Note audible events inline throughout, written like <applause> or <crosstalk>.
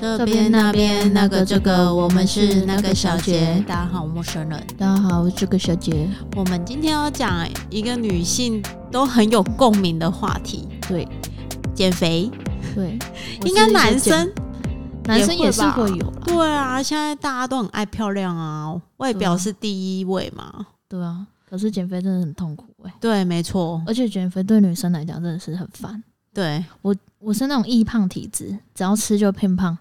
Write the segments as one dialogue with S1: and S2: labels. S1: 这
S2: 边那边那个这个我们是那个小杰
S1: 大家好，陌生人。
S2: 大家好，我是这个小 <laughs> 姐。
S1: 我们今天要讲一个女性都很有共鸣的话题，
S2: 对
S1: 减肥。
S2: 对，
S1: 应该
S2: 我
S1: 男
S2: 是一个
S1: 生
S2: 姐男生也是
S1: 也会吧
S2: 会有啦
S1: 对啊，现在大家都很爱漂亮啊，外表是第一位嘛。
S2: 对啊，可是减肥真的很痛苦哎、
S1: 对，啊没错，
S2: 而且减肥对女生来讲真的是很烦。
S1: 对，
S2: 我是那种易胖体质，只要吃就变胖。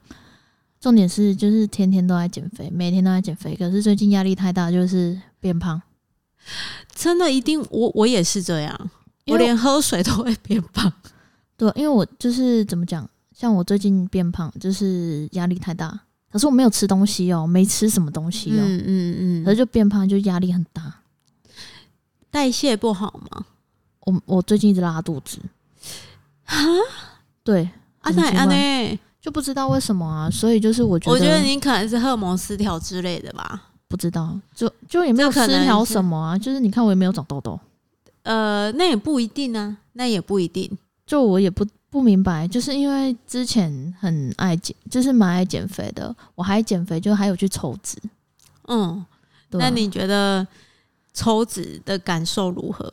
S2: 重点是就是天天都在减肥，每天都在减肥，可是最近压力太大，就是变胖。
S1: 真的一定，我我也是这样，
S2: 因
S1: 我
S2: 为
S1: 连喝水都会变胖。
S2: 对，啊因为我就是怎么讲，像我最近变胖，就是压力太大，可是我没有吃东西哦，没吃什么东西哦，
S1: 嗯嗯
S2: 可
S1: 嗯，
S2: 是就变胖，就压力很大。
S1: 代谢不好嘛。
S2: 我我最近一直拉肚子，对，
S1: 啊，
S2: 很
S1: 那
S2: 奇
S1: 啊
S2: 怪
S1: 那，
S2: 就不知道为什么啊，所以就是我觉得，
S1: 我觉得你可能是荷尔蒙失调之类的吧。
S2: 不知道，就就也没有
S1: 这可
S2: 失
S1: 能
S2: 调
S1: 是
S2: 什么啊，就是你看我也没有长痘痘，
S1: 呃，那也不一定啊，那也不一定。
S2: 就我也不不明白，就是因为之前很爱减，就是蛮爱减肥的，我还减肥，就还有去抽脂，
S1: 嗯，
S2: 对啊、
S1: 那你觉得抽脂的感受如何？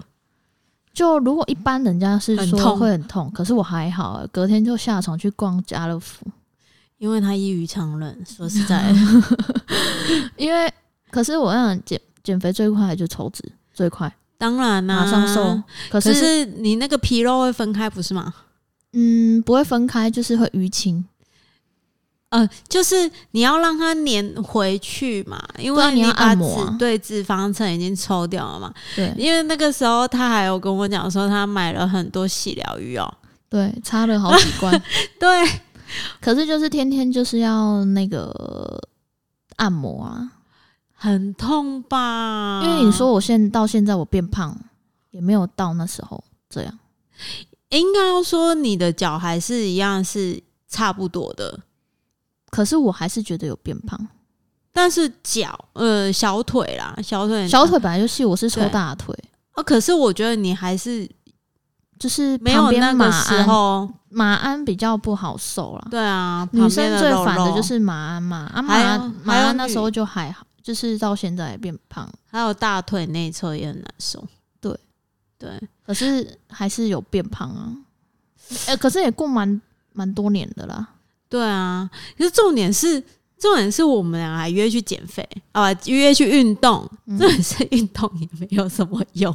S2: 就如果一般人家是
S1: 很
S2: 说
S1: 痛
S2: 会很痛，可是我还好、欸，隔天就下床去逛家乐福，
S1: 因为他异于常人，说实在
S2: <laughs>
S1: 的，
S2: 因为可是我想减减肥最快就抽脂最快，
S1: 当然啦、
S2: 马上瘦，啊可
S1: 可
S2: 是
S1: 是你那个皮肉会分开，不是吗？
S2: 嗯，不会分开，就是会淤青。
S1: 呃，就是你要让它粘回去嘛，因
S2: 对啊
S1: 为
S2: 你要
S1: 把
S2: 按摩啊
S1: 脂对脂肪层已经抽掉了嘛。
S2: 对
S1: 因为那个时候他还有跟我讲说，他买了很多洗疗浴哦。
S2: 对，差了好几
S1: <laughs>
S2: 关。
S1: 对，
S2: 可是就是天天就是要那个按摩啊，
S1: 很痛吧？
S2: 因为你说我现到现在我变胖，也没有到那时候这样。
S1: 应该要说你的脚还是一样是差不多的，
S2: 可是我还是觉得有变胖，
S1: 但是脚呃小腿啦，小腿
S2: 小腿本来就细，我是抽
S1: 对
S2: 大腿，
S1: 哦，可是我觉得你还是
S2: 就是
S1: 没
S2: 旁
S1: 有
S2: 边
S1: 那
S2: 马
S1: 个时
S2: 鞍，
S1: 候，
S2: 马鞍比较不好瘦啦。
S1: 对啊，
S2: 女
S1: 旁边
S2: 生
S1: 的
S2: 最
S1: 肉
S2: 烦的
S1: 肉
S2: 就是马鞍嘛，啊马
S1: 还有
S2: 鞍马
S1: 还有
S2: 鞍那时候
S1: 女
S2: 就还好，就是到现在也变胖，
S1: 还有大腿内侧也很难受，
S2: 对
S1: 对，
S2: 可是还是有变胖啊。呃，可是也过蛮蛮多年的啦。
S1: 对啊，可是重点是，重点是我们俩还约去减肥啊，约去运动，
S2: 嗯
S1: 重点是运动也没有什么用。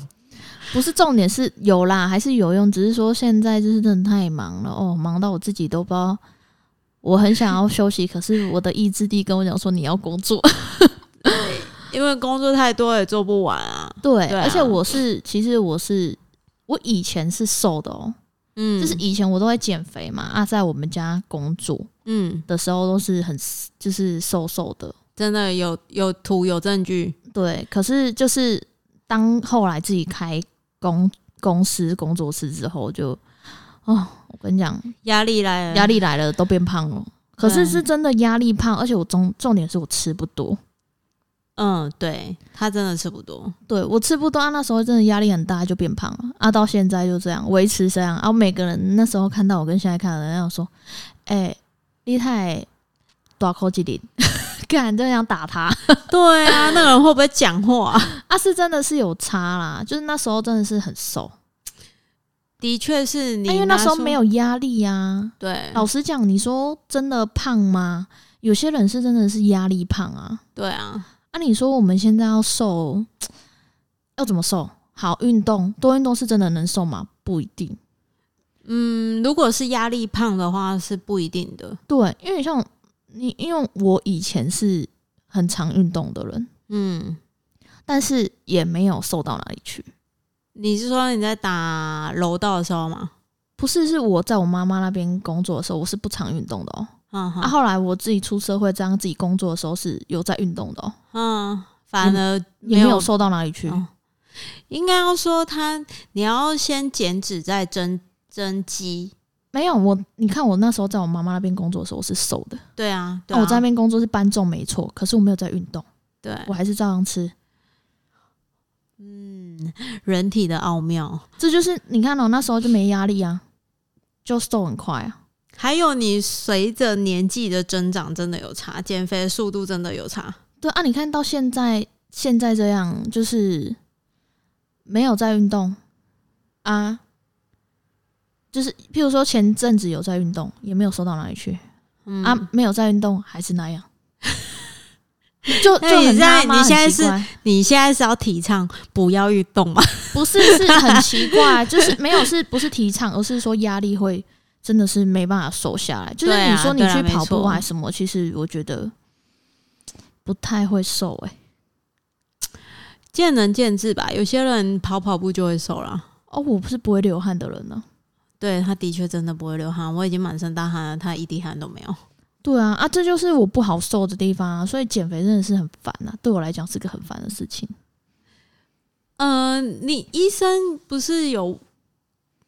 S2: 不是重点是有啦，还是有用，只是说现在就是真的太忙了哦，忙到我自己都不知道。我很想要休息，可是我的意志力跟我讲说你要工作。
S1: 因为工作太多也做不完啊，
S2: 对，
S1: 对啊
S2: 而且我是其实我是我以前是瘦的哦、
S1: 嗯，
S2: 就是以前我都会减肥嘛啊，在我们家工作
S1: 嗯，
S2: 的时候都是很就是瘦瘦的，
S1: 真的有有图有证据，
S2: 对，可是就是当后来自己开公公司工作室之后就，哦，我跟你讲，
S1: 压力来了，
S2: 压力来了都变胖了。可是是真的压力胖，而且我重重点是我吃不多，
S1: 嗯，对他真的吃不多，
S2: 对我吃不多啊，那时候真的压力很大，就变胖了啊，到现在就这样维持这样啊。每个人那时候看到我跟现在看的人，要说，哎、你太大口几零， <laughs> 干真的想打他。
S1: 对啊，那个人会不会讲话、
S2: 啊，是真的是有差啦，就是那时候真的是很瘦，
S1: <laughs> 的确是你、
S2: 啊因为那时候没有压力呀、啊。
S1: 对
S2: 老实讲，你说真的胖吗？有些人是真的是压力胖啊。
S1: 对啊，
S2: 啊，你说我们现在要瘦，要怎么瘦？好，运动多运动是真的能瘦吗？不一定。
S1: 嗯，如果是压力胖的话是不一定的，
S2: 对，因为像你，因为我以前是很常运动的人，
S1: 嗯，
S2: 但是也没有瘦到哪里去。
S1: 你是说你在打柔道的时候吗？
S2: 不是，是我在我妈妈那边工作的时候，我是不常运动的哦、
S1: 嗯哼
S2: 啊，后来我自己出社会，这样自己工作的时候是有在运动的、哦，
S1: 嗯，反而
S2: 也
S1: 没
S2: 没
S1: 有
S2: 有瘦到哪里去。
S1: 哦应该要说他，你要先减脂再增增肌，
S2: 没有我，你看我那时候在我妈妈那边工作的时候，我是瘦的。
S1: 对啊，对
S2: 那、
S1: 啊，
S2: 我在那边工作是搬重没错，可是我没有在运动，
S1: 对，
S2: 我还是照样吃。
S1: 嗯，人体的奥妙，
S2: 这就是你看哦，那时候就没压力啊，就瘦很快啊。
S1: 还有你随着年纪的增长，真的有差，减肥的速度真的有差。
S2: 对啊，你看到现在现在这样，就是没有在运动啊，就是譬如说前阵子有在运动，也没有瘦到哪里去、
S1: 嗯
S2: 啊，没有在运动还是那样， <laughs> 就
S1: 那
S2: 就
S1: 你
S2: 很
S1: 在
S2: 辣吗
S1: 你现在
S2: 很奇
S1: 是
S2: 怪
S1: 你现在是要提倡不要运动吗？ <laughs>
S2: 不是是很奇怪，就是没有是不是提倡，而是说压力会真的是没办法瘦下来。就是
S1: 对啊
S2: 你说你
S1: 对啊
S2: 去
S1: 没
S2: 跑步
S1: 错
S2: 还是什么，其实我觉得不太会瘦哎、
S1: 见仁见智吧，有些人跑跑步就会瘦了。
S2: 哦，我不是不会流汗的人呢、
S1: 对他的确真的不会流汗，我已经满身大汗了，他一滴汗都没有。
S2: 对啊，啊，这就是我不好瘦的地方啊，所以减肥真的是很烦啊，对我来讲是个很烦的事情。
S1: 呃，你医生不是有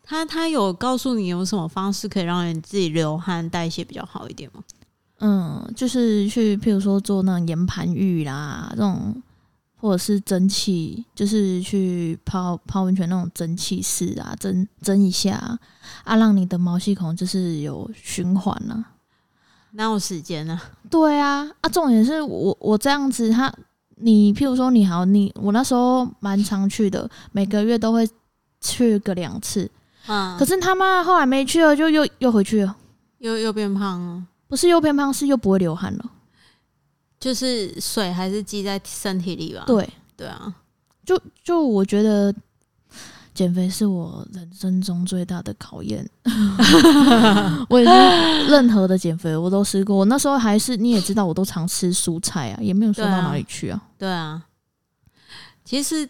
S1: 他他有告诉你有什么方式可以让你自己流汗代谢比较好一点吗？
S2: 嗯，就是去譬如说做那种岩盘浴啦，这种或者是蒸汽，就是去泡泡温泉那种蒸汽室啊，蒸蒸一下啊啊，让你的毛细孔就是有循环啊。
S1: 哪有时间呢、啊？
S2: 对啊，啊，重点是我我这样子他，你譬如说你好，你我那时候蛮常去的，每个月都会去个两次，
S1: 嗯，
S2: 可是他妈后来没去了，就又又回去了，
S1: 又又变胖了，
S2: 不是又变胖，是又不会流汗了。
S1: 就是水还是积在身体里吧？
S2: 对，
S1: 对啊，
S2: 就就我觉得减肥是我人生中最大的
S1: <laughs>
S2: 考验。 <laughs> 我也是任何的减肥我都试过，我那时候还是你也知道，我都常吃蔬菜啊，也没有瘦到
S1: 对啊
S2: 哪里去啊。
S1: 对啊。其实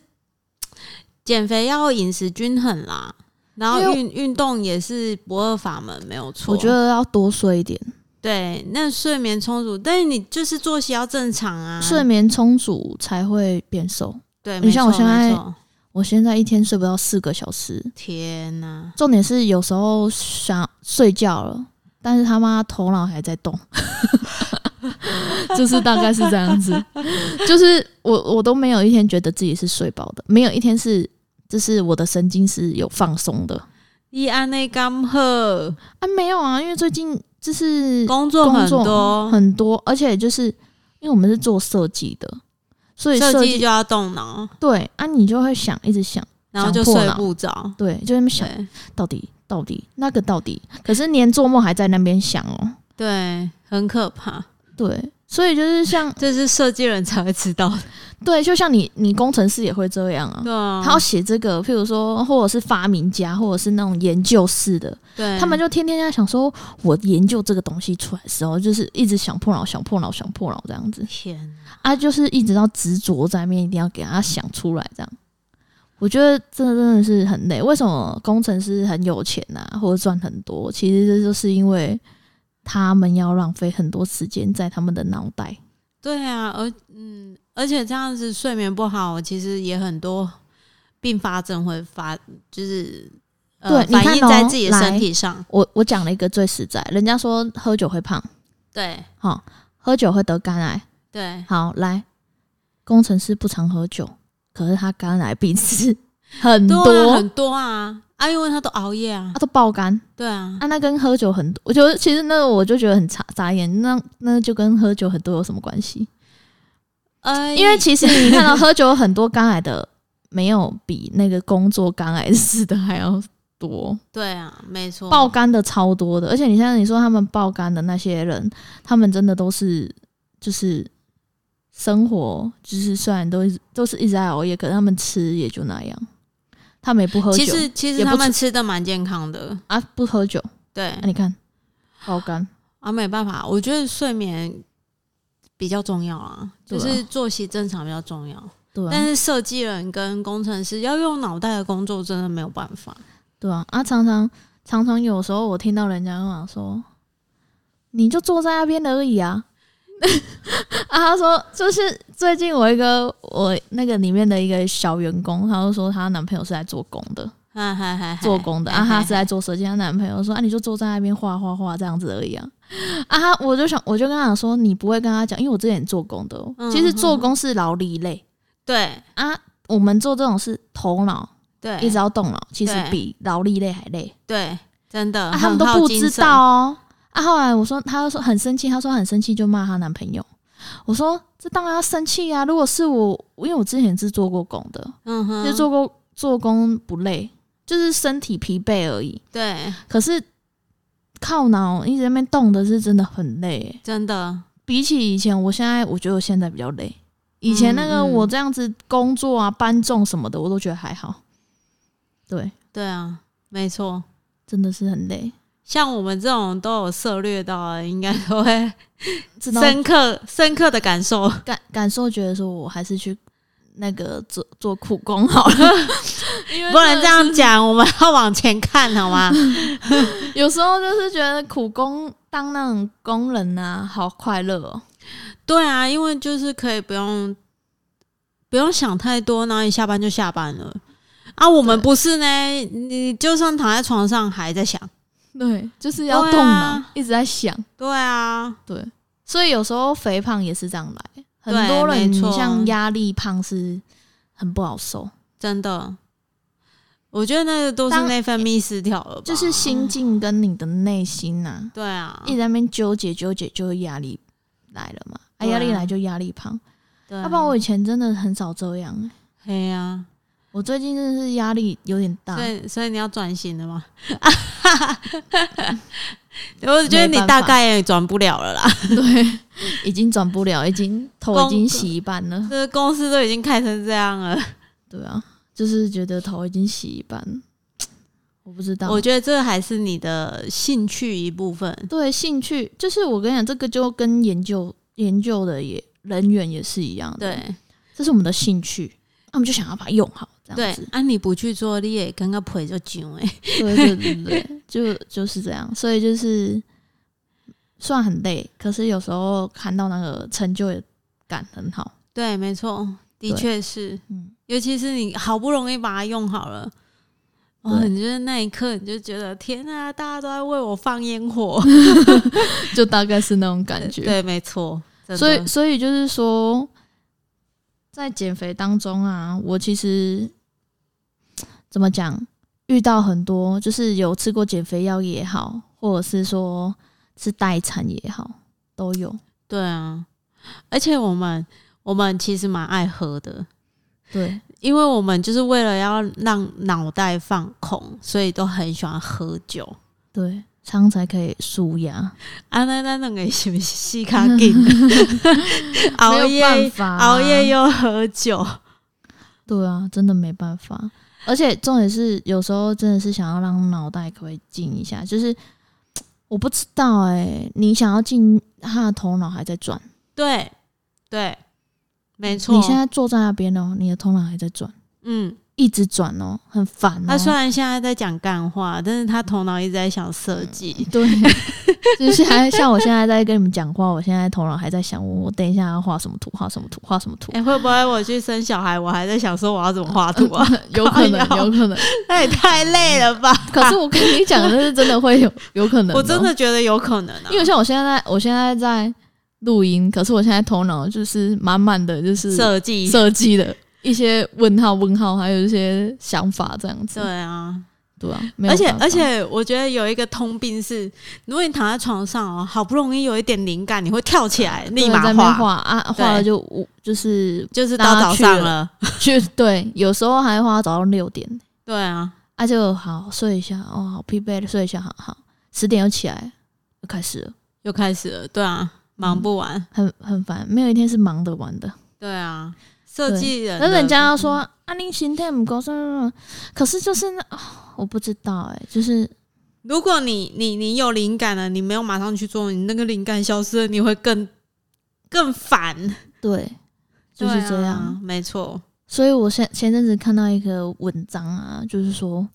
S1: 减肥要饮食均衡啦，然后
S2: 因为
S1: 运运动也是不二法门，没有错。
S2: 我觉得要多睡一点，
S1: 对，那睡眠充足，但是你就是作息要正常啊。
S2: 睡眠充足才会变瘦。
S1: 对，
S2: 你
S1: 没错
S2: 像我现在
S1: 没错
S2: 我现在一天睡不到四个小时，
S1: 天哪、
S2: 重点是有时候想睡觉了，但是他妈头脑还在动， <laughs> 就是大概是这样子。就是我我都没有一天觉得自己是睡饱的，没有一天是就是我的神经是有放松的
S1: 你安内刚好
S2: 啊，没有啊，因为最近就是
S1: 工作很
S2: 嗯工
S1: 多，
S2: 很多，而且就是因为我们是做设计的，所以设
S1: 设计
S2: 计
S1: 就要动脑，
S2: 对啊，你就会想一直想，
S1: 然后就
S2: 想破
S1: 睡
S2: 脑
S1: 不着。
S2: 对，就在那边想
S1: 对
S2: 到底到底那个到底，可是连做梦还在那边想哦、
S1: 对，很可怕，
S2: 对，所以就
S1: <laughs>
S2: 是像
S1: 这是设计人才会知道的。
S2: 对，就像你你工程师也会这样啊。
S1: 对啊，
S2: 他要写这个，譬如说，或者是发明家，或者是那种研究室的，
S1: 对
S2: 他们就天天在想说，我研究这个东西出来的时候，就是一直想破脑、想破脑、想破脑这样子
S1: 天哪，
S2: 啊，就是一直到执着在面，一定要给他想出来这样。我觉得真的真的是很累。为什么工程师很有钱啊，或者赚很多？其实这就是因为他们要浪费很多时间在他们的脑袋。
S1: 对啊，而嗯，而且这样子睡眠不好，其实也很多并发症会发，就是。呃、
S2: 对你
S1: 反
S2: 看
S1: 映
S2: 哦
S1: 在自己的身
S2: 来
S1: 体上。
S2: 我我讲了一个最实在，人家说喝酒会胖，
S1: 对
S2: 好、喝酒会得肝癌。
S1: 对，
S2: 好，来，工程师不常喝酒，可是他肝癌病史很
S1: 对啊
S2: 多，
S1: 很多啊啊，因为他都熬夜啊
S2: 他，都爆肝。
S1: 对啊，
S2: 啊，那跟喝酒很多，我觉得其实那个我就觉得很傻傻眼，那那就跟喝酒很多有什么关系？
S1: 呃，
S2: 因为其实你看到喝酒很多肝癌的，没有比那个工作肝癌死的还要多。
S1: 对啊，没错，
S2: 爆肝的超多的，而且你像你说他们爆肝的那些人，他们真的都是就是生活，就是虽然都一直都是一直在熬夜，可是他们吃也就那样，他们也不喝
S1: 其
S2: 酒
S1: 实其实
S2: 也不嗯
S1: 他们吃的蛮健康的，
S2: 啊，不喝酒，啊
S1: 对
S2: 那、你看爆肝，
S1: 啊，没办法，我觉得睡眠比较重要啊，
S2: 对
S1: 就
S2: 啊
S1: 是作息正常比较重要。
S2: 对
S1: 但
S2: 啊，
S1: 是设计人跟工程师要用脑袋的工作真的没有办法。
S2: 对啊，啊常常常常有时候我听到人家跟我讲说，你就坐在那边而已 <laughs> 啊。啊，他说就是最近我一个我那个里面的一个小员工，他就说她男朋友是在做工的，
S1: 嗨嗨嗨，嗨
S2: 做工的
S1: 嗨
S2: 啊，她
S1: 嗨
S2: 是在做设计，她男朋友说啊，你就坐在那边画画画这样子而已啊。啊，她我就想，我就跟她讲说，你不会跟她讲，因为我之前也做工的哦、
S1: 嗯
S2: 其实做工是劳力累
S1: 对
S2: 啊，我们做这种是头脑
S1: 对，
S2: 一直要动脑，其实
S1: 对
S2: 比劳力累还累
S1: 对，真的，
S2: 啊，他们都
S1: 很耗
S2: 不
S1: 精
S2: 知
S1: 神
S2: 道哦、啊，后来我说，她说很生气，她说很生气就骂她男朋友。我说这当然要生气啊！如果是我，因为我之前是做过工的，
S1: 嗯哼，
S2: 就做过做工不累，就是身体疲惫而已。
S1: 对，
S2: 可是靠脑一直在那边动的是真的很累欸、
S1: 真的，
S2: 比起以前，我现在我觉得我现在比较累。以前那个
S1: 嗯嗯
S2: 我这样子工作啊、搬重什么的，我都觉得还好。对，
S1: 对啊，没错。
S2: 真的是很累，
S1: 像我们这种都有涉略到的，应该都会
S2: 知道
S1: 深刻深刻的感受。
S2: 感感受，觉得说我还是去那个做做苦工好了， <laughs> 因为
S1: 不能
S2: 真的
S1: 这样讲，我们要往前看，好吗？ <laughs>
S2: 有时候就是觉得苦工当那种工人啊，好快乐哦。
S1: 对啊，因为就是可以不用不用想太多，然后一下班就下班了。啊，我们
S2: 对
S1: 不是呢，你就算躺在床上还在想。
S2: 对，就是要
S1: 对
S2: 动脑，
S1: 啊
S2: 一直在想。
S1: 对啊，
S2: 对，所以有时候肥胖也是这样来，很
S1: 对
S2: 多人
S1: 没
S2: 你
S1: 错
S2: 像压力胖是很不好受，
S1: 真的，我觉得那个都是
S2: 当
S1: 内分泌失调了吧，
S2: 就是嗯心境跟你的内心呐、
S1: 对啊，
S2: 一直在那边纠结纠结，就会压力来了嘛。啊，
S1: 对啊
S2: 压力来就压力胖。
S1: 对
S2: 要、
S1: 啊，
S2: 不然我以前真的很少这样、欸，
S1: 嘿呀、
S2: 我最近真的是压力有点大
S1: 所。以所以你要转型了
S2: <laughs>
S1: 吗？我觉得你
S2: 没办
S1: 大
S2: 法
S1: 概也转不了了啦，
S2: 对，已经转不了，已经头
S1: 公
S2: 已经洗一半了。
S1: 这公司都已经开成这样了，
S2: 对啊，就是觉得头已经洗一半，我不知道。
S1: 我觉得这还是你的兴趣一部分。
S2: 对兴趣，就是我跟你讲，这个就跟研究研究的也人员也是一样的。，
S1: 对
S2: 这是我们的兴趣，那我们就想要把它用好，这样
S1: 对
S2: 子，。
S1: 啊，你不去做，你也跟个陪就囧哎。
S2: 对对对对，就就是这样。所以就是虽然很累，可是有时候看到那个成就感很好。
S1: 对，没错，的
S2: 对
S1: 确是，
S2: 嗯，
S1: 尤其是你好不容易把它用好了。哦，
S2: 对
S1: 你就是那一刻，你就觉得天啊，大家都在为我放烟火，
S2: 就大概是那种感
S1: <laughs>
S2: 觉。
S1: 对，没错，真的
S2: 所以，所以就是说，在减肥当中啊，我其实怎么讲，遇到很多就是有吃过减肥药也好，或者是说吃代餐也好，都有。
S1: 对啊，而且我们我们其实蛮爱喝的，
S2: 对，
S1: 因为我们就是为了要让脑袋放空，所以都很喜欢喝酒。
S2: 对，这样才可以舒压，
S1: 啊，那那两个是不是西卡
S2: <laughs>
S1: 紧？熬
S2: 没有办
S1: 夜
S2: 法、啊
S1: 熬夜。又喝酒，
S2: 对啊，真的没办法。而且重点是，有时候真的是想要让脑袋可不可以静一下，就是我不知道哎、你想要静，他的头脑还在转。
S1: 对对，没错。
S2: 你现在坐在那边哦，你的头脑还在转，
S1: 嗯，
S2: 一直转哦，很烦哦。
S1: 他虽然现在在讲干话，但是他头脑一直在想设计。 <laughs>
S2: 对，就是现在像我现在在跟你们讲话，我现在头脑还在想我，我等一下要画什么图，画什么图，画什么图
S1: <laughs> 哎、，会不会我去生小孩，我还在想说我要怎么画图啊？
S2: <laughs> 有可能，
S1: 靠腰
S2: 有可能。
S1: 那也太累了吧！
S2: 可是我跟你讲，这是真的会有，有可能哦、
S1: 我真的觉得有可能啊，
S2: 因为像我现在，我现在在录音，可是我现在头脑就是满满的，就是
S1: 设计。
S2: 设计的一些问号、问号，还有一些想法这样子
S1: 对。啊，
S2: 对啊，没有
S1: 而且
S2: 办法
S1: 而且，我觉得有一个通病是，如果你躺在床上哦，好不容易有一点灵感，你会跳起来立
S2: 嗯对
S1: 马
S2: 在那边画啊，
S1: 对
S2: 画了就无就是 <laughs>
S1: 就是到早上了。
S2: 去对，有时候还花早上六点，
S1: 对啊，
S2: 啊就好睡一下，哦好疲惫，睡一下，好好，十点又起来，又开始了，
S1: 又开始了。对啊，忙不完。
S2: 很很烦，没有一天是忙得完的。
S1: 对啊，设计人的，
S2: 那人家要说啊，你心态不够，什么什么，可是就是那、哦我不知道哎、就是
S1: 如果你你你有灵感了，你没有马上去做，你那个灵感消失了，你会更更烦。
S2: 对，就是
S1: 对啊
S2: 这样。
S1: 没错。 <laughs>
S2: 所以我前前阵子看到一个文章啊，就是说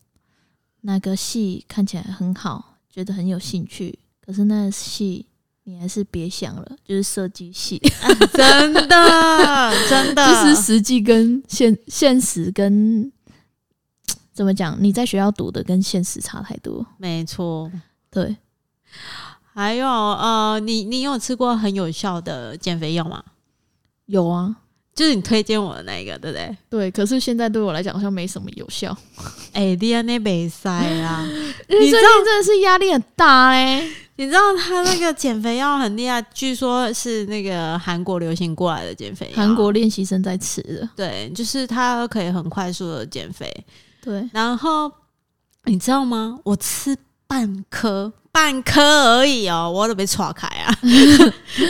S2: 那个戏看起来很好，觉得很有兴趣，可是那个戏你还是别想了，就是设计 <laughs> 啊系，
S1: 真的，真的，
S2: 就是实际跟现现实跟怎么讲，你在学校读的跟现实差太多。
S1: 没错。
S2: 对，
S1: 还有呃，你你有吃过很有效的减肥药吗？
S2: 有啊，
S1: 就是你推荐我的那一个，对不对？
S2: 对，可是现在对我来讲好像没什么有效， <laughs>
S1: 哎、d n a 没塞啦， <laughs>
S2: <laughs> 因为最近真的是压力很大哎、
S1: 你知道他那个减肥药很厉害，据说是那个韩国流行过来的减肥药。
S2: 韩国练习生在吃的，
S1: 对，就是它可以很快速的减肥。
S2: 对，
S1: 然后你知道吗？我吃半颗，半颗而已哦，我都被岔开 <laughs> 啊！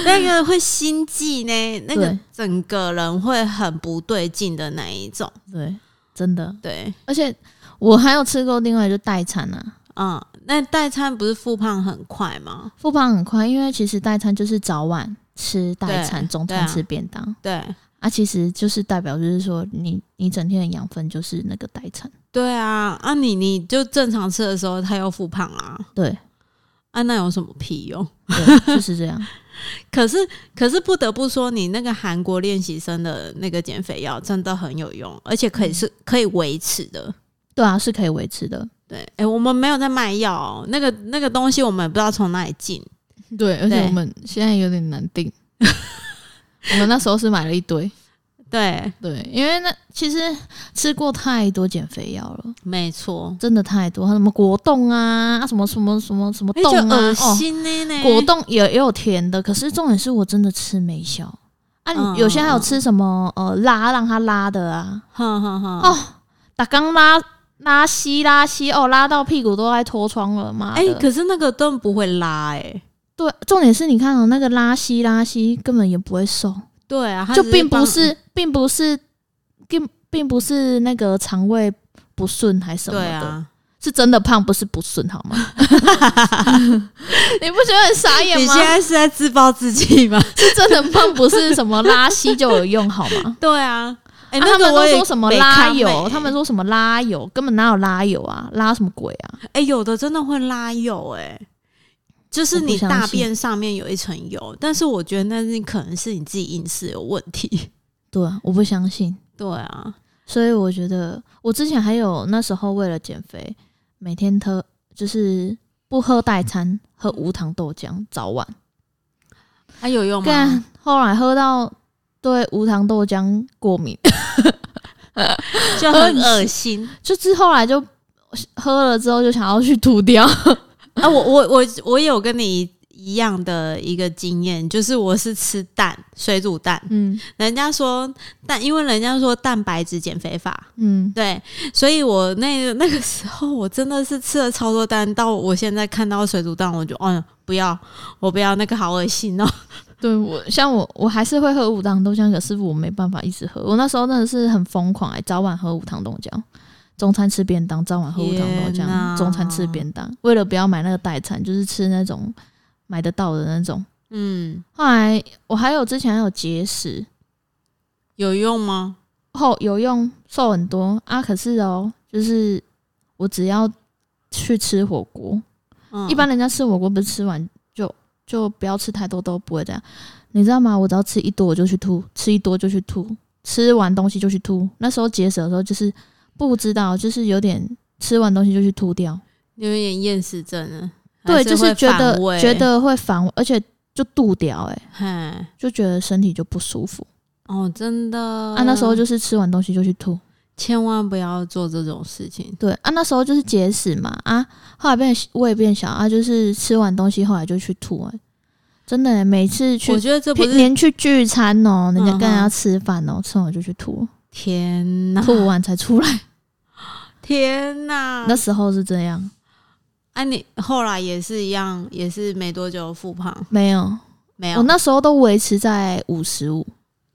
S1: 那个会心悸呢，那个
S2: 对
S1: 整个人会很不对劲的那一种。
S2: 对，真的。
S1: 对，
S2: 而且我还有吃过另外一个代餐啊，
S1: 嗯，那代餐不是复胖很快吗？
S2: 复胖很快，因为其实代餐就是早晚吃代餐，
S1: 对
S2: 中
S1: 对啊
S2: 餐吃便当啊
S1: 对，
S2: 其实就是代表就是说你你整天的养分就是那个代餐，
S1: 对啊，啊你你就正常吃的时候，它又复胖啊，
S2: 对，
S1: 啊那有什么屁用？
S2: 对就是这样， <laughs>
S1: 可是，可是不得不说，你那个韩国练习生的那个减肥药真的很有用，而且可以是可以维持的。
S2: 对啊，是可以维持的，
S1: 对，哎、我们没有在卖药、哦，那个那个东西我们也不知道从哪里进。
S3: 对，而且
S1: 对
S3: 我们现在有点难
S2: <laughs>
S3: 定。我们那时候是买了一堆，
S1: 对，
S3: 对，因为
S2: 因为那其实吃过太多减肥药了。
S1: 没错，
S2: 真的太多，什么果冻啊，啊什么什么什么什么
S1: 诶
S2: 冻
S3: 哎
S1: 就
S2: 啊，
S1: 恶
S2: 哦
S1: 心呢、呢、
S2: 果冻也也有甜的，可是重点是我真的吃没消啊！你
S1: 嗯
S2: 有些还有吃什么呃拉让它拉的啊，
S1: 哼哼哼。
S2: 哦打刚拉拉稀拉稀哦，拉到屁股都快脱窗了嘛。
S1: 哎、
S2: 哎、
S1: 可是那个都不会拉哎、
S2: 对，重点是你看哦，那个拉稀拉稀根本也不会瘦，
S1: 对啊，它
S2: 就
S1: 只
S2: 并
S1: 帮
S2: 不是并不是并并不是那个肠胃不顺还什么
S1: 对
S2: 的，
S1: 啊，
S2: 是真的胖不是不顺好
S1: <laughs>
S2: 吗？你不觉得很傻眼
S1: 你
S2: 吗
S1: 现？在是在自暴自弃
S2: <laughs>
S1: 吗？
S2: 是真的胖不是什么拉稀就有用好吗？
S1: 对啊，哎、
S2: 啊
S1: 那
S2: 他
S1: 个
S2: 们
S1: 我
S2: 都
S1: 也
S2: 说什么
S1: 没
S2: 拉
S1: 看
S2: 油，
S1: 欸
S2: 他们说什么拉油，根本哪有拉油啊？拉什么鬼啊？
S1: 哎、有的真的会拉油、哎，就是
S2: 我不
S1: 你
S2: 相
S1: 大
S2: 信
S1: 便上面有一层油，但是我觉得那是可能是你自己饮食有问题。 <laughs>
S2: 对啊，我不相信。
S1: 对啊，
S2: 所以我觉得，我之前还有那时候为了减肥，每天喝就是不喝代餐，喝无糖豆浆，早晚。
S1: 还、啊有用吗
S2: 干？，后来喝到对无糖豆浆过敏，
S1: 就
S2: 喝 <laughs>
S1: 很
S2: 你
S1: 恶心。
S2: 就是后来就 <laughs> 喝了之后就想要去吐掉。
S1: <laughs> 啊，我我我我有跟你一一样的一个经验，就是我是吃蛋，水煮蛋。
S2: 嗯
S1: 人家说蛋，因为人家说蛋白质减肥法。
S2: <laughs> 嗯，
S1: 对，所以我那那个时候我真的是吃了超多蛋，到我现在看到水煮蛋，我就嗯不要，我不要那个好恶心哦。
S2: 对我像我我还是会喝无糖豆浆，可是我没办法一直喝。我那时候真的是很疯狂、欸，早晚喝无糖豆浆，中餐吃便当，早晚喝无糖豆
S1: 天哪
S2: 浆，中餐吃便当。为了不要买那个代餐，就是吃那种买得到的那种。
S1: 嗯，
S2: 后来我还有之前还有节食，
S1: 有用吗？
S2: 后有用，瘦很多啊。可是哦，就是我只要去吃火锅，
S1: 嗯
S2: 一般人家吃火锅不是吃完就就不要吃太多都不会这样，你知道吗？我只要吃一多我就去吐，吃一多就去吐，吃完东西就去吐。那时候节食的时候就是不知道，就是有点吃完东西就去吐掉，
S1: 有点厌食症了，
S2: 对，
S1: 还
S2: 就
S1: 会
S2: 是觉得
S1: 反胃
S2: 觉，得会反胃，而且就吐掉、欸，
S1: 嘿，
S2: 就觉得身体就不舒服。
S1: 哦，真的
S2: 啊，那时候就是吃完东西就去吐，
S1: 千万不要做这种事情。
S2: 对啊，那时候就是节食嘛啊，后来变胃变小啊，就是吃完东西后来就去吐、欸，真的欸、每次去
S1: 我觉得这不
S2: 平
S1: 是
S2: 连去聚餐哦，人家
S1: 嗯
S2: 跟人
S1: 哼
S2: 家吃饭哦，吃完就去吐，
S1: 天哪，
S2: 吐完才出
S1: <laughs>
S2: 来。
S1: 天哪！
S2: 那时候是这样，
S1: 啊，你后来也是一样，也是没多久复胖，
S2: 没有，
S1: 没有
S2: 我那时候都维持在五十五，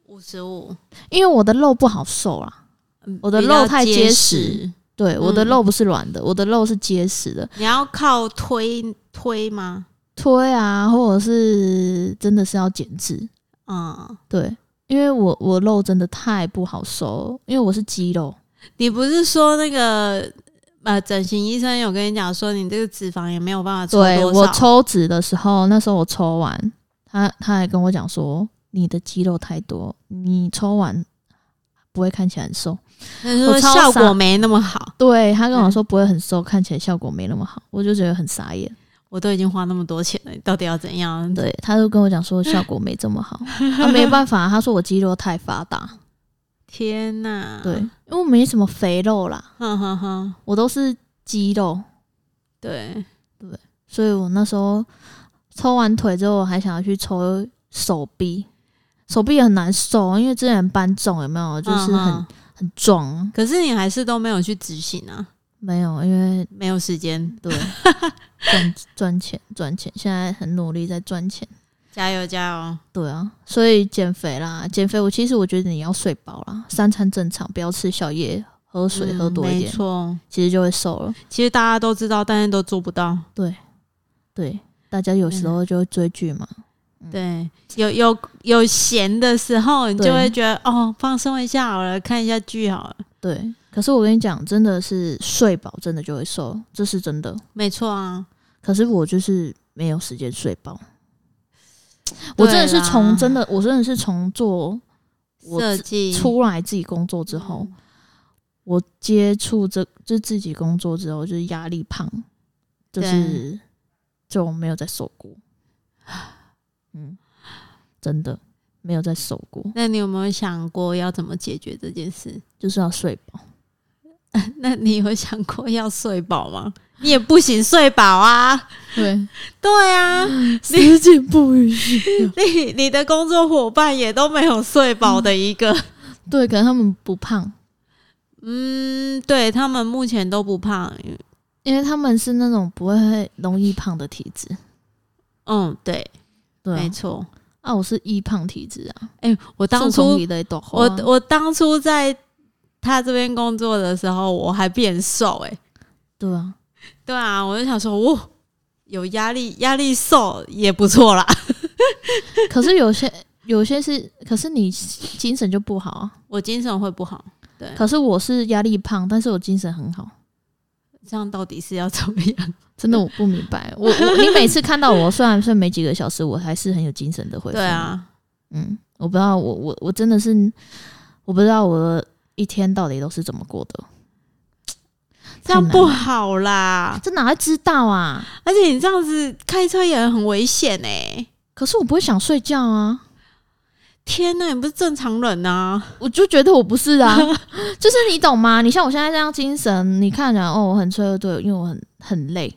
S1: 五十五，
S2: 因为我的肉不好瘦啦。
S1: 嗯
S2: 我的
S1: 比较
S2: 肉太
S1: 结
S2: 结实，对，我的
S1: 嗯
S2: 肉不是软的，我的肉是结实的，
S1: 你要靠推推吗？
S2: 推啊，或者是真的是要减脂，
S1: 嗯，
S2: 对，因为我我肉真的太不好瘦了，因为我是肌肉，
S1: 你不是说那个呃，整形医生有跟你讲说，你这个脂肪也没有办法抽
S2: 对
S1: 多
S2: 我
S1: 少？
S2: 抽脂的时候，那时候我抽完，他他还跟我讲说，你的肌肉太多，你抽完不会看起来很瘦。
S1: 但是
S2: 我
S1: 说
S2: 超
S1: 效
S2: 傻
S1: 果没那么好，
S2: 对他跟
S1: 嗯
S2: 我说不会很瘦，看起来效果没那么好，我就觉得很傻眼。
S1: 我都已经花那么多钱了，你到底要怎样？
S2: 对，他就跟我讲说效果没
S1: <laughs>
S2: 这么好，他、没办法，他说我肌肉太发达，
S1: 天哪！
S2: 对，，因为我没什么肥肉啦，
S1: 哼哼哼，
S2: 我都是肌肉，
S1: 对，
S2: 所以我那时候抽完腿之后，我还想要去抽手臂，手臂也很难受，因为之前搬重有没有，就是很、
S1: 嗯嗯
S2: 很重，
S1: 可是你还是都没有去执行啊，
S2: 没有，因为
S1: 没有时间， <laughs>
S2: 对赚赚钱赚钱，现在很努力在赚钱。
S1: 加油加油！
S2: 对啊，所以减肥啦，减肥我其实我觉得你要睡饱啦，三餐正常，不要吃宵夜，喝水
S1: 嗯
S2: 喝多一
S1: 没
S2: 点，
S1: 错。
S2: 其实就会瘦了。
S1: 其实大家都知道，但是都做不到。
S2: 对，大家有时候就会追剧嘛，
S1: 对，有有有闲的时候，你就
S2: 对
S1: 会觉得哦，放松一下好了，看一下剧好了。
S2: 对。可是我跟你讲，真的是睡饱真的就会瘦，这是真的。
S1: 没错啊，
S2: 可是我就是没有时间睡饱，我真的是从真的，我真的是从做我
S1: 设计
S2: 出来自己工作之后，我接触这就自己工作之后，就是压力胖，就是就没有再瘦过。嗯，真的没有再瘦过，
S1: 那你有没有想过要怎么解决这件事？ <laughs>
S2: 就是要睡饱。
S1: 那你有想过要睡饱吗？你也不行睡饱啊。
S3: 对，
S1: 对啊，
S2: <laughs>
S1: <laughs>
S2: 时间不允许。
S1: 你你的工作伙伴也都没有睡饱的一
S2: <laughs>
S1: 个。
S2: <laughs> 对，可能他们不胖，
S1: 嗯，对他们目前都不胖。
S2: 因为他们是那种不会容易胖的体质。
S1: 嗯，对，
S2: 对啊
S1: 没错。
S2: 啊，我是易胖体质啊，
S1: 哎、我当
S2: 树丛
S1: 初
S2: 里的一朵花
S1: 我我当初在他这边工作的时候，我还变瘦哎、
S2: 对啊，
S1: 对啊，我就想说，哇，有压力，压力瘦也不错啦。
S2: 可是有些有些是，可是你精神就不好啊。
S1: 我精神会不好，对
S2: 可是我是压力胖，但是我精神很好，
S1: 这样到底是要怎么样？
S3: 真的我不明白，
S2: 我我你每次看到我， <laughs> 虽然睡没几个小时，我还是很有精神的回复。
S1: 对，啊，
S2: 嗯，我不知道我我我真的是我不知道我的一天到底都是怎么过的，
S1: 这样
S2: 太难
S1: 不
S2: 了
S1: 好啦。
S2: 这哪会知道啊？
S1: 而且你这样子开车也很危险哎、
S2: 可是我不会想睡觉啊，
S1: 天呐，你不是正常人啊！
S2: 我就觉得我不是啊， <laughs> 就是你懂吗？你像我现在这样精神，你看起来哦，我很脆弱，对，因为我很很累，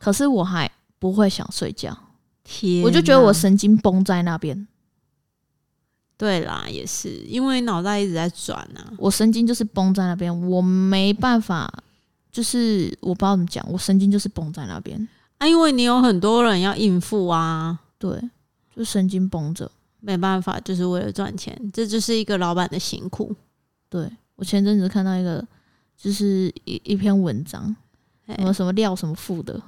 S2: 可是我还不会想睡觉，
S1: 天
S2: 我就觉得我
S1: 哪
S2: 神经绷在那边，
S1: 对啦，也是因为脑袋一直在转啊。
S2: 我神经就是绷在那边，我没办法，就是我不知道怎么讲，我神经就是绷在那边，
S1: 啊，因为你有很多人要应付啊，
S2: 对，就神经绷着。
S1: 没办法，就是为了赚钱，这就是一个老板的辛苦。
S2: 对我前阵子看到一个，就是一一篇文章，
S1: 嘿
S2: 什么什么料什么富的，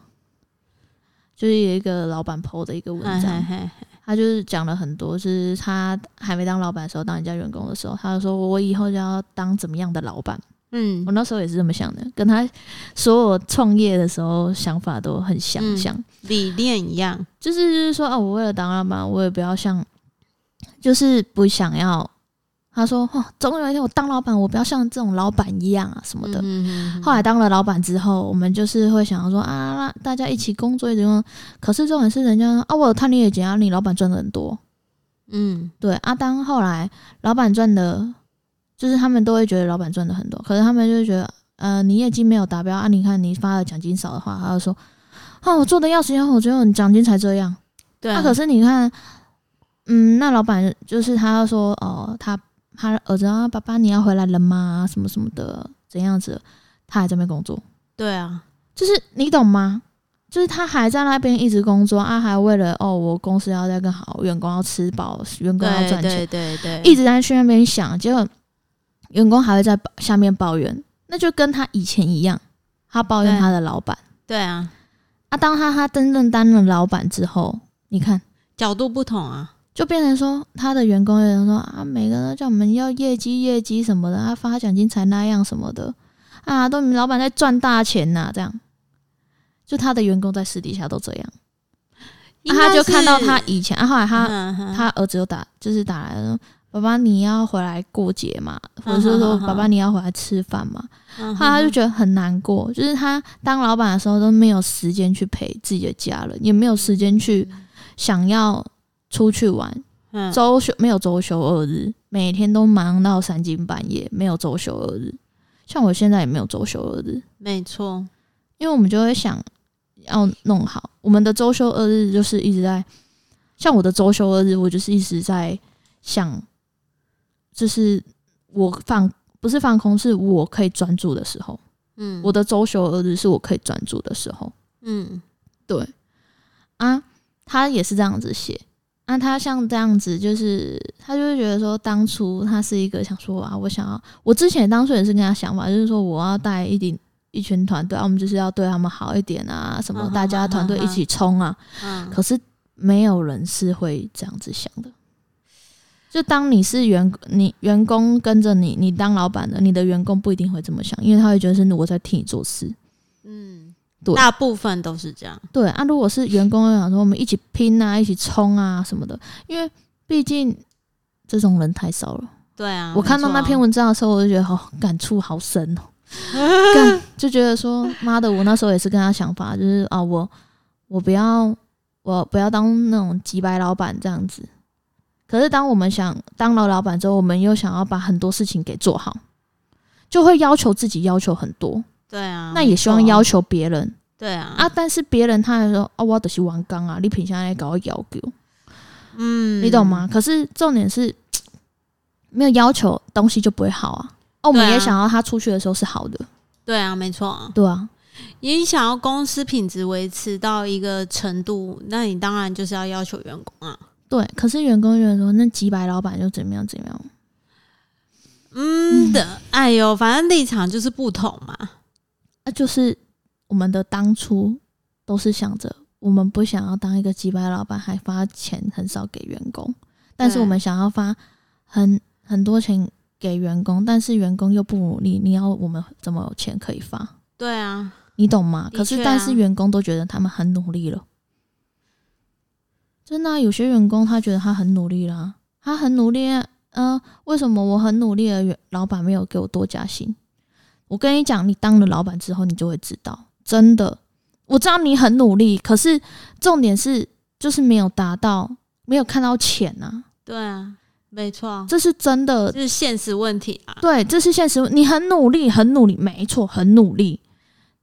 S2: 就是有一个老板 PO 的一个文
S1: 嘿
S2: 章，
S1: 嘿嘿
S2: 他就是讲了很多，就是他还没当老板的时候，当人家员工的时候，他就说我以后就要当怎么样的老板。
S1: 嗯
S2: 我那时候也是这么想的，跟他所有创业的时候想法都很相
S1: 嗯
S2: 像。
S1: 理念一样，
S2: 就是就是说啊，我为了当老板，我也不要像，就是不想要。他说：“哦，总有一天我当老板，我不要像这种老板一样啊什么的。
S1: 嗯
S2: 后来当了老板之后，我们就是会想要说啊，那大家一起工作，一起工作。可是这种事，人家说啊，我有探你的钱啊，你老板赚的很多。
S1: 嗯
S2: 对，啊，当后来老板赚的，就是他们都会觉得老板赚的很多，可是他们就会觉得，呃，你业绩没有达标啊，你看你发的奖金少的话，他就说，啊，我做的要死要活，只有你奖金才这样。
S1: 对
S2: 那、
S1: 啊，
S2: 可是你看，嗯，那老板就是他说哦，他他儿子啊，爸爸你要回来了吗？什么什么的，怎样子？他还在那边工作，
S1: 对啊，
S2: 就是你懂吗？就是他还在那边一直工作啊，还为了哦，我公司要再更好，员工要吃饱，员工要
S1: 对
S2: 赚
S1: 对
S2: 钱，
S1: 对对，
S2: 一直在去那边想，结果员工还会在下面抱怨，那就跟他以前一样，他抱怨
S1: 对
S2: 他的老板
S1: 对啊，
S2: 啊。当他他真正担任老板之后，你看。
S1: 角度不同啊，
S2: 就变成说，他的员工有人说啊，每个人都叫我们要业绩、业绩什么的，啊，发奖金才那样什么的，啊，都你们老板在赚大钱呐、这样。就他的员工在私底下都这样，啊、他就看到他以前，啊，后来他、
S1: 他
S2: 他儿子又打，就是打来了，爸爸你要回来过节嘛，或者是
S1: 嗯
S2: 说
S1: 嗯嗯嗯
S2: 爸爸你要回来吃饭嘛，
S1: 他
S2: 后来他就觉得很难过，就是他当老板的时候都没有时间去陪自己的家人，也没有时间去想要出去玩，
S1: 嗯
S2: 周休没有周休二日，每天都忙到三更半夜，没有周休二日。像我现在也没有周休二日，
S1: 没错，
S2: 因为我们就会想，要弄好。我们的周休二日就是一直在，像我的周休二日，我就是一直在想，就是我放不是放空，是我可以专注的时候。
S1: 嗯，
S2: 我的周休二日是我可以专注的时候。
S1: 嗯
S2: 对啊，他也是这样子写。那、他像这样子，就是他就会觉得说，当初他是一个想说啊，我想要，我之前当初也是跟他想法，就是说我要带一顶一群团队，啊，我们就是要对他们好一点啊，什
S1: 嗯
S2: 么
S1: 哼
S2: 大家团队一起冲啊。
S1: 嗯，
S2: 可是没有人是会这样子想的。就当你是员，你员工跟着你，你当老板的，你的员工不一定会这么想，因为他会觉得是我在替你做事。
S1: 嗯，
S2: 对
S1: 大部分都是这样。
S2: 对啊，如果是员工想说我们一起拼啊，一起冲啊什么的，因为毕竟这种人太少了。
S1: 对啊，
S2: 我看到
S1: 没错啊
S2: 那篇，文章的时候，我就觉得好、哦感触好深
S1: <laughs>
S2: 哦、干就觉得说妈的，我那时候也是跟他想法，就是啊，我我不要我不要当那种几白老板这样子。可是当我们想当了老板之后，我们又想要把很多事情给做好，就会要求自己要求很多，
S1: 对啊，
S2: 那也希望要
S1: 没错啊，
S2: 求别人。
S1: 对啊，
S2: 啊，但是别人他还说啊，我就是玩刚啊，你平常来搞我要求，
S1: 嗯，
S2: 你懂？吗？可是重点是没有要求，东西就不会好啊。哦，我们
S1: 对啊
S2: 也想要他出去的时候是好的，
S1: 对啊，没错啊。
S2: 对啊，
S1: 你想要公司品质维持到一个程度，那你当然就是要要求员工啊。
S2: 对。可是员工觉得说，那几百老板又怎么样怎么样？
S1: 嗯的，哎呦，反正立场就是不同嘛。
S2: 啊，就是我们的当初都是想着，我们不想要当一个几百老板，还发钱很少给员工，但是
S1: 对
S2: 我们想要发很很多钱给员工，但是员工又不努力，你要我们怎么有钱可以发？
S1: 对啊，
S2: 你懂吗？
S1: 的
S2: 可是
S1: 确啊
S2: 但是员工都觉得他们很努力了，真的啊、有些员工他觉得他很努力啦，他很努力啊，呃，为什么我很努力的员老板没有给我多加薪？我跟你讲，你当了老板之后，你就会知道，真的，我知道你很努力，可是重点是就是没有达到，没有看到钱啊，
S1: 对啊，没错啊，
S2: 这是真的
S1: 这，是现实问题啊。
S2: 对，这是现实。你很努力，很努力，没错，很努力。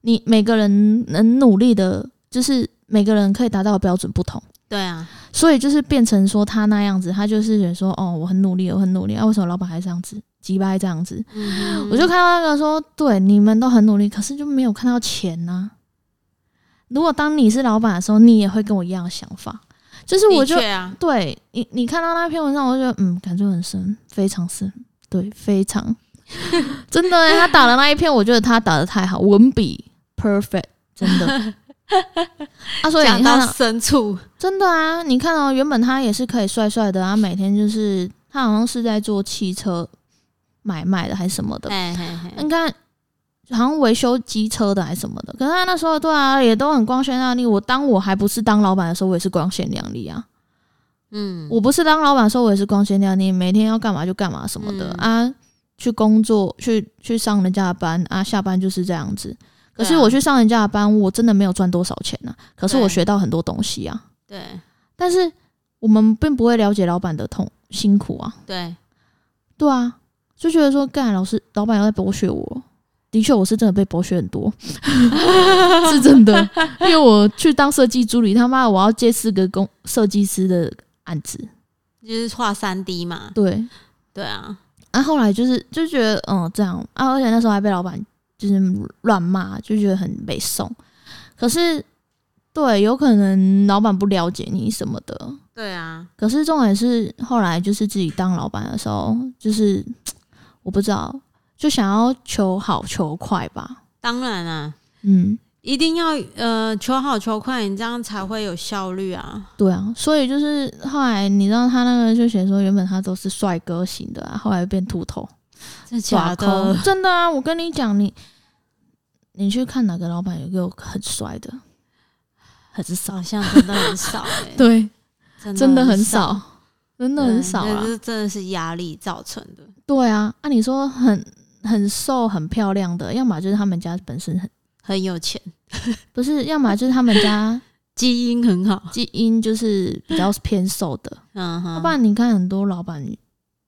S2: 你每个人能努力的，就是每个人可以达到的标准不同，
S1: 对啊，
S2: 所以就是变成说他那样子，他就是觉得说，哦，我很努力，我很努力，啊，为什么老板还这样子，鸡掰这样子？
S1: 嗯哼
S2: 我就看到那个说，对，你们都很努力，可是就没有看到钱呐、如果当你是老板的时候，你也会跟我一样的想法，就是我就
S1: 的确啊，
S2: 对你，你看到那篇文章，我就觉得嗯，感触很深，非常 <laughs> 深，对，非常真的欸。他打的那一篇，我觉得他打的太好，文笔 perfect，真的。啊他说：“
S1: 讲
S2: 你看
S1: 到
S2: 到，
S1: 深处，
S2: 真的啊，你看哦，原本他也是可以帅帅的，他每天就是他好像是在做汽车买卖的还是什么的，
S1: 哎哎哎，
S2: 你看，好像维修机车的还是什么的。可是他那时候对啊，也都很光鲜亮丽。我当我还不是当老板的时候，我也是光鲜亮丽啊。
S1: 嗯，
S2: 我不是当老板的时候，我也是光鲜亮丽，每天要干嘛就干嘛什么的、
S1: 嗯
S2: 啊，去工作，去去上人家的班啊，下班就是这样子。可是
S1: 对啊
S2: 我去上人家的班，我真的没有赚多少钱啊，可是
S1: 对
S2: 我学到很多东西啊。
S1: 对
S2: 但是我们并不会了解老板的痛辛苦啊，
S1: 对，
S2: 对啊，就觉得说，干老师老板要在剥削我。的确，我是真的被剥削很多， <laughs>
S3: 是真的，
S2: 因为我去当设计助理，他妈的我要接四个工设计师的案子，
S1: 就是画三 D 嘛。
S2: 对，
S1: 对啊，
S2: 啊，后来就是就觉得嗯这样啊，而且那时候还被老板就是乱骂，就觉得很被送。可是对，有可能老板不了解你什么的。
S1: 对啊，
S2: 可是重点是后来就是自己当老板的时候，就是我不知道，就想要求好求快吧。
S1: 当然啊，
S2: 嗯，
S1: 一定要呃求好求快，你这样才会有效率啊。
S2: 对啊，所以就是后来你知道他那个就写说，原本他都是帅哥型的啊，后来变秃头。
S1: 真假
S2: 抠
S1: 的？
S2: 真的啊！我跟你讲，你你去看哪个老板有个很帅的，很少
S1: 好，像真的很少哎、
S2: <laughs> 对，
S1: 真
S2: 真的很
S1: 少，
S2: 少，真的很少
S1: 对
S2: 啊
S1: 这！是真的是压力造成的。
S2: 对啊，按你说很很瘦很漂亮的，要么就是他们家本身很
S1: 很有钱，
S2: 不是，要么就是他们家
S1: 基因很好，
S2: 基因就是比较偏瘦的，
S1: 嗯哼，
S2: 要不然你看很多老板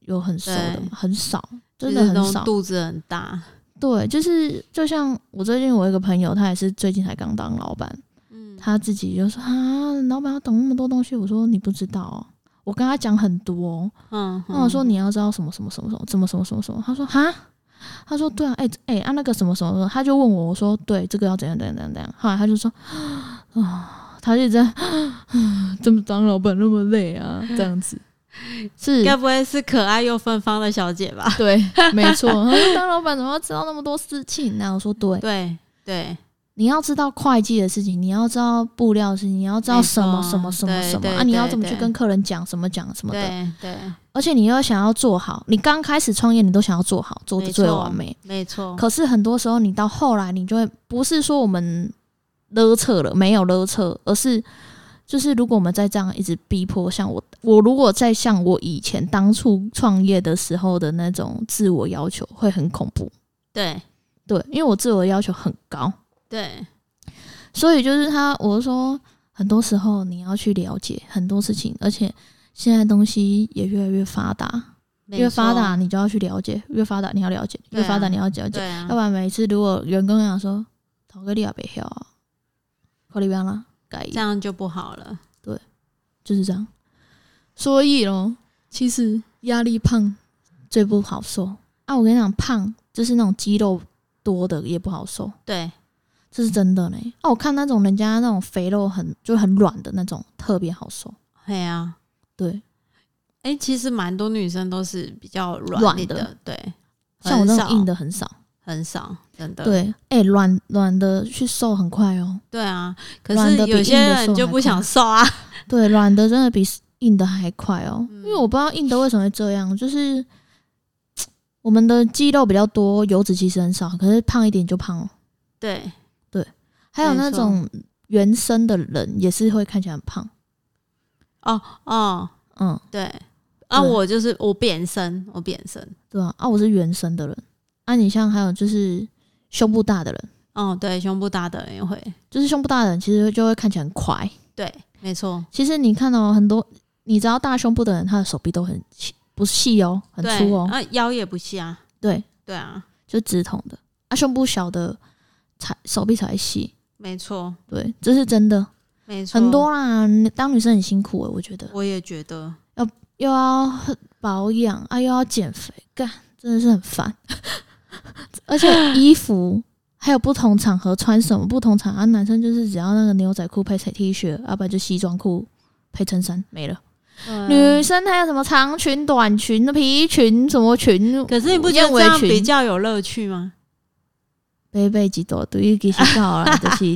S2: 有很瘦的
S1: 对
S2: 吗，很少，
S1: 就
S2: 真
S1: 是
S2: 的
S1: 都
S2: 很少。
S1: 肚子很大，
S2: 对，就是就像我最近我有一个朋友，他也是最近才刚当老板，
S1: 嗯，
S2: 他自己就说啊，老板要懂那么多东西，我说你不知道哦、我跟他讲很多、哦，
S1: 嗯，
S2: 那我说你要知道什么什么什么什么，怎么什么什么什么，他说哈，他说对啊，哎、哎、啊那个什么什么什么，他就问我，我说对，这个要怎样怎样怎样怎样，后来他就说啊，他就在啊，怎么当老板那么累啊，这样子
S1: <laughs>
S2: 是
S1: 嗯该不会是可爱又芬芳的小姐吧？
S2: 对，没错。他说当老板怎么要知道那么多事情呢、我说对，
S1: 对对，
S2: 你要知道会计的事情，你要知道布料的事情，你要知道
S1: 没
S2: 什么
S1: 错
S2: 什么什么
S1: 对
S2: 什么
S1: 对
S2: 啊，你要
S1: 对
S2: 怎么去
S1: 对
S2: 跟客人讲什么讲什么的。
S1: 对对，
S2: 而且你又想要做好，你刚开始创业，你都想要做好，做的
S1: 没
S2: 最
S1: 错
S2: 完美。
S1: 没错，
S2: 可是很多时候，你到后来，你就会不是说我们勒扯了，没有勒扯，而是就是如果我们再这样一直逼迫，像我，我如果再像我以前当初创业的时候的那种自我要求，会很恐怖。
S1: 对
S2: 对，因为我自我要求很高，
S1: 对
S2: 所以就是他，我就说很多时候你要去了解很多事情，而且现在东西也越来越发达，越发，达
S1: 没错
S2: 你就要去了解，越发达你要了解，
S1: 对啊
S2: 越发达你要了解，
S1: 对啊
S2: 要不，然每次如果员工想说陶哥你也别晓啊，考里边啦，改
S1: 这样就不好了。
S2: 就是这样，
S3: 所以咯，其实压力胖，
S2: 最不好受啊！我跟你讲，胖就是那种肌肉多的也不好受，
S1: 对，
S2: 这是真的呢。啊，我看那种人家那种肥肉很就很软的那种特别好受，
S1: 嘿啊，
S2: 对，
S1: 哎、其实蛮多女生都是比较
S2: 软
S1: 软一点
S2: 的
S1: 的，对，
S2: 像我那
S1: 很少
S2: 种硬的很少，
S1: 很少，真的，
S2: 对，哎、软软的去瘦很快哦，
S1: 对啊。可
S2: 软的
S1: 是
S2: 比
S1: 有些
S2: 硬的瘦
S1: 人就
S2: 还
S1: 不想
S2: 快
S1: 瘦
S2: <laughs>
S1: 啊，
S2: 对，软的真的比硬的还快哦、
S1: 嗯
S2: 因为我不知道硬的为什么会这样，就是我们的肌肉比较多，油脂其实很少，可是胖一点就胖了。
S1: 对，
S2: 还有
S1: 没
S2: 那
S1: 错
S2: 种原生的人也是会看起来很胖，
S1: 哦哦，
S2: 嗯，
S1: 对。啊，
S2: 对
S1: 我就是我变身，我变身。
S2: 对啊，啊，我是原生的人，啊，你像还有就是胸部大的人，
S1: 哦，对，胸部大的人也会，
S2: 就是胸部大的人其实就会看起来很快。
S1: 对，没错，
S2: 其实你看哦、很多你只要大胸部的人，他的手臂都很细，不细哦、很
S1: 对
S2: 粗哦、
S1: 啊，腰也不细啊，
S2: 对，
S1: 对啊，
S2: 就直筒的，啊，胸部小的才手臂才细，
S1: 没错，
S2: 对，这是真的，
S1: 没错，
S2: 很多啦。当女生很辛苦、欸，我觉得
S1: 我也觉得，
S2: 又要保养啊，又要减肥，干真的是很 <laughs> 烦。而且衣服还有不同场合穿什么，不同场合、啊、男生就是只要那个牛仔裤配 T 恤，要、不然就西装裤配衬衫，没了。
S1: 啊
S2: 女生还有什么长裙、短裙、皮裙、什么裙？
S1: 可是你不觉
S2: 燕
S1: 得这
S2: 尾
S1: 样比
S2: 裙？
S1: 较有乐趣吗？
S2: 背背几多对于其实到了就是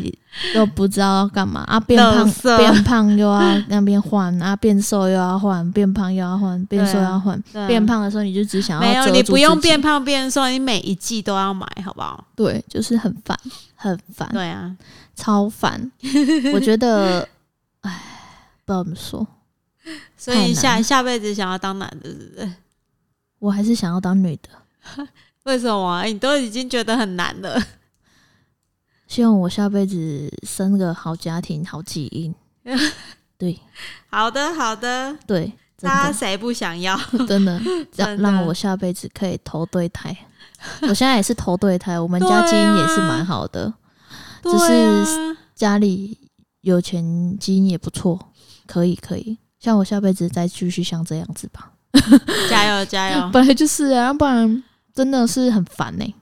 S2: 又不知道要干嘛啊，变
S1: 垃
S2: 胖
S1: 圾
S2: 变胖又要那边换啊，变瘦又要换，变胖又要换，变瘦又要换。
S1: 对啊
S2: 变胖的时候你就只想要
S1: 没有，
S2: 遮
S1: 你
S2: 住
S1: 不用
S2: 自己
S1: 变，胖变瘦，你每一季都要买，好不好？
S2: 对，就是很烦，很烦，
S1: 对啊，
S2: 超烦。我觉得，哎，不知道怎么说，
S1: 所
S2: 太
S1: 以
S2: 难
S1: 下
S2: 了
S1: 下辈子想要当男的，是不是？
S2: 我还是想要当女的，
S1: 为什么啊？你都已经觉得很难了，
S2: 希望我下辈子生个好家庭、好基因。对
S1: 好的好的，
S2: 对，真
S1: 大家
S2: 的。
S1: 谁不想
S2: <laughs>
S1: 要？
S2: 真的让
S1: 真的
S2: 让我下辈子可以投对胎。我现在也是投对胎，我们家
S1: 对啊
S2: 基因也是蛮好的，
S1: 对
S2: 是
S1: 啊
S2: 家里有钱，基因也不错，可以可以。像我下辈子再继续像这样子吧，
S1: 啊加油加油！
S2: 本来就是啊，不然真的是很烦呢、欸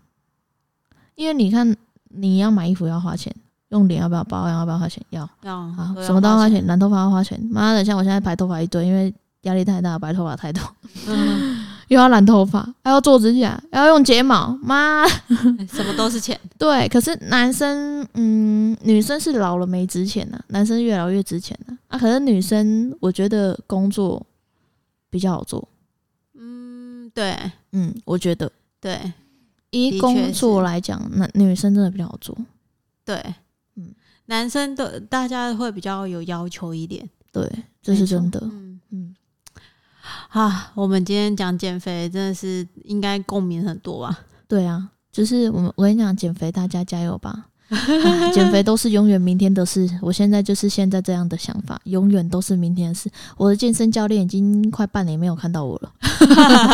S2: 因为你看，你要买衣服要花钱，用脸要不要保养要不要花钱？要
S1: 哦要
S2: 啊，
S1: 对
S2: 什么都要花
S1: 花钱
S2: 钱，染头发要花钱。妈的，像我现在白头发一堆，因为压力太大，白头发太多。
S1: 嗯
S2: 又要染头发，还要做指甲，还要用睫毛，妈，
S1: 嗯什么都是
S2: <laughs>
S1: 钱，
S2: 对。可是男生，嗯，女生是老了没值钱呐、啊男生越老越值钱呐、啊。可是女生，我觉得工作比较好做，
S1: 嗯，对
S2: 嗯，我觉得
S1: 对
S2: 以
S1: 的确
S2: 工作
S1: 是
S2: 来讲，男女生真的比较好做，
S1: 对，
S2: 嗯
S1: 男生都大家会比较有要求一点，
S2: 对，这是真的，
S1: 嗯。
S2: 嗯，
S1: 啊，我们今天讲减肥真的是应该共鸣很多吧？
S2: 对啊，就是我们我跟你讲，减肥大家加油
S1: <laughs>
S2: 吧。啊减肥都是永远明天的事。我现在就是现在这样的想法，永远都是明天的事。我的健身教练已经快半年没有看到我了，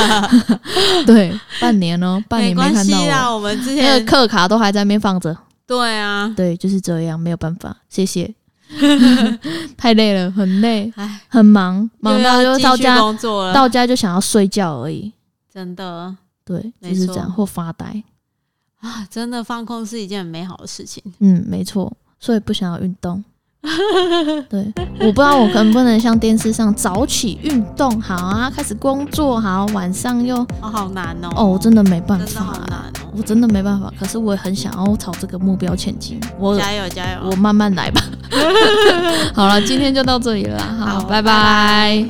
S2: <laughs> 对，半年哦、 <laughs> 半
S1: 没
S2: 年
S1: 关
S2: 看
S1: 系
S2: 到
S1: 啦，
S2: 我。
S1: 我们之
S2: 那个
S1: 前
S2: 课卡都还在那边放着，
S1: 对啊， <laughs>
S2: 对，就是这样，没有办法，谢谢。太累了，很累，
S1: 唉，
S2: 很忙，忙到
S1: 又要
S2: 就
S1: 继
S2: 到
S1: 续
S2: 家，
S1: 工作了，
S2: 到家就想要睡觉而已。
S1: 真的
S2: 对，
S1: 没
S2: 就是这样，
S1: 错
S2: 或发呆。
S1: 啊，真的放空是一件很美好的事情。
S2: 嗯，没错，所以不想要运
S1: <laughs>
S2: 动。对，我不知道我可能不能像电视上早起运动好啊，开始工作好，晚上又
S1: 哦，好难哦！
S2: 哦，我真的没办
S1: 真的
S2: 法、
S1: 好难哦！
S2: 我真的没办法。可是我也很想要朝这个目标前进，我
S1: 加油加油！
S3: <laughs>
S2: 我慢慢来吧。
S3: 好了，今天就到这里了，好，
S1: 好
S3: 拜
S1: 拜拜
S3: 拜